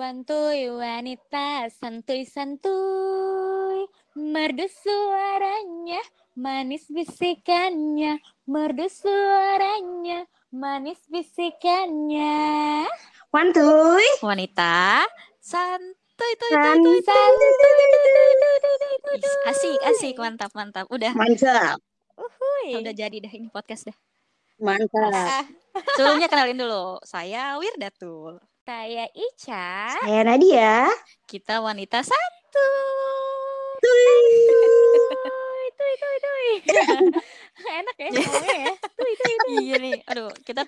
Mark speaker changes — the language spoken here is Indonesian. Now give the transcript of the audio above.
Speaker 1: Santuy wanita, santuy-santuy. Merdu suaranya, manis bisikannya. Merdu suaranya, manis bisikannya.
Speaker 2: Santuy,
Speaker 3: wanita santuy tuy tuy tuy
Speaker 2: santuy,
Speaker 3: tuy.
Speaker 1: Santuy.
Speaker 3: Is, asik asik mantap mantap udah
Speaker 2: mantap,
Speaker 3: udah jadi dah ini podcast dah
Speaker 2: mantap.
Speaker 3: Ah, sebelumnya kenalin dulu saya Wirdatul
Speaker 1: Saya Ica.
Speaker 2: Saya Nadia.
Speaker 3: kita wanita santuy
Speaker 1: Tuy, tuy, tuy, tuy. Enak ya ngomongnya ya. Tuy, tuy, tuy.
Speaker 3: iya nih aduh kita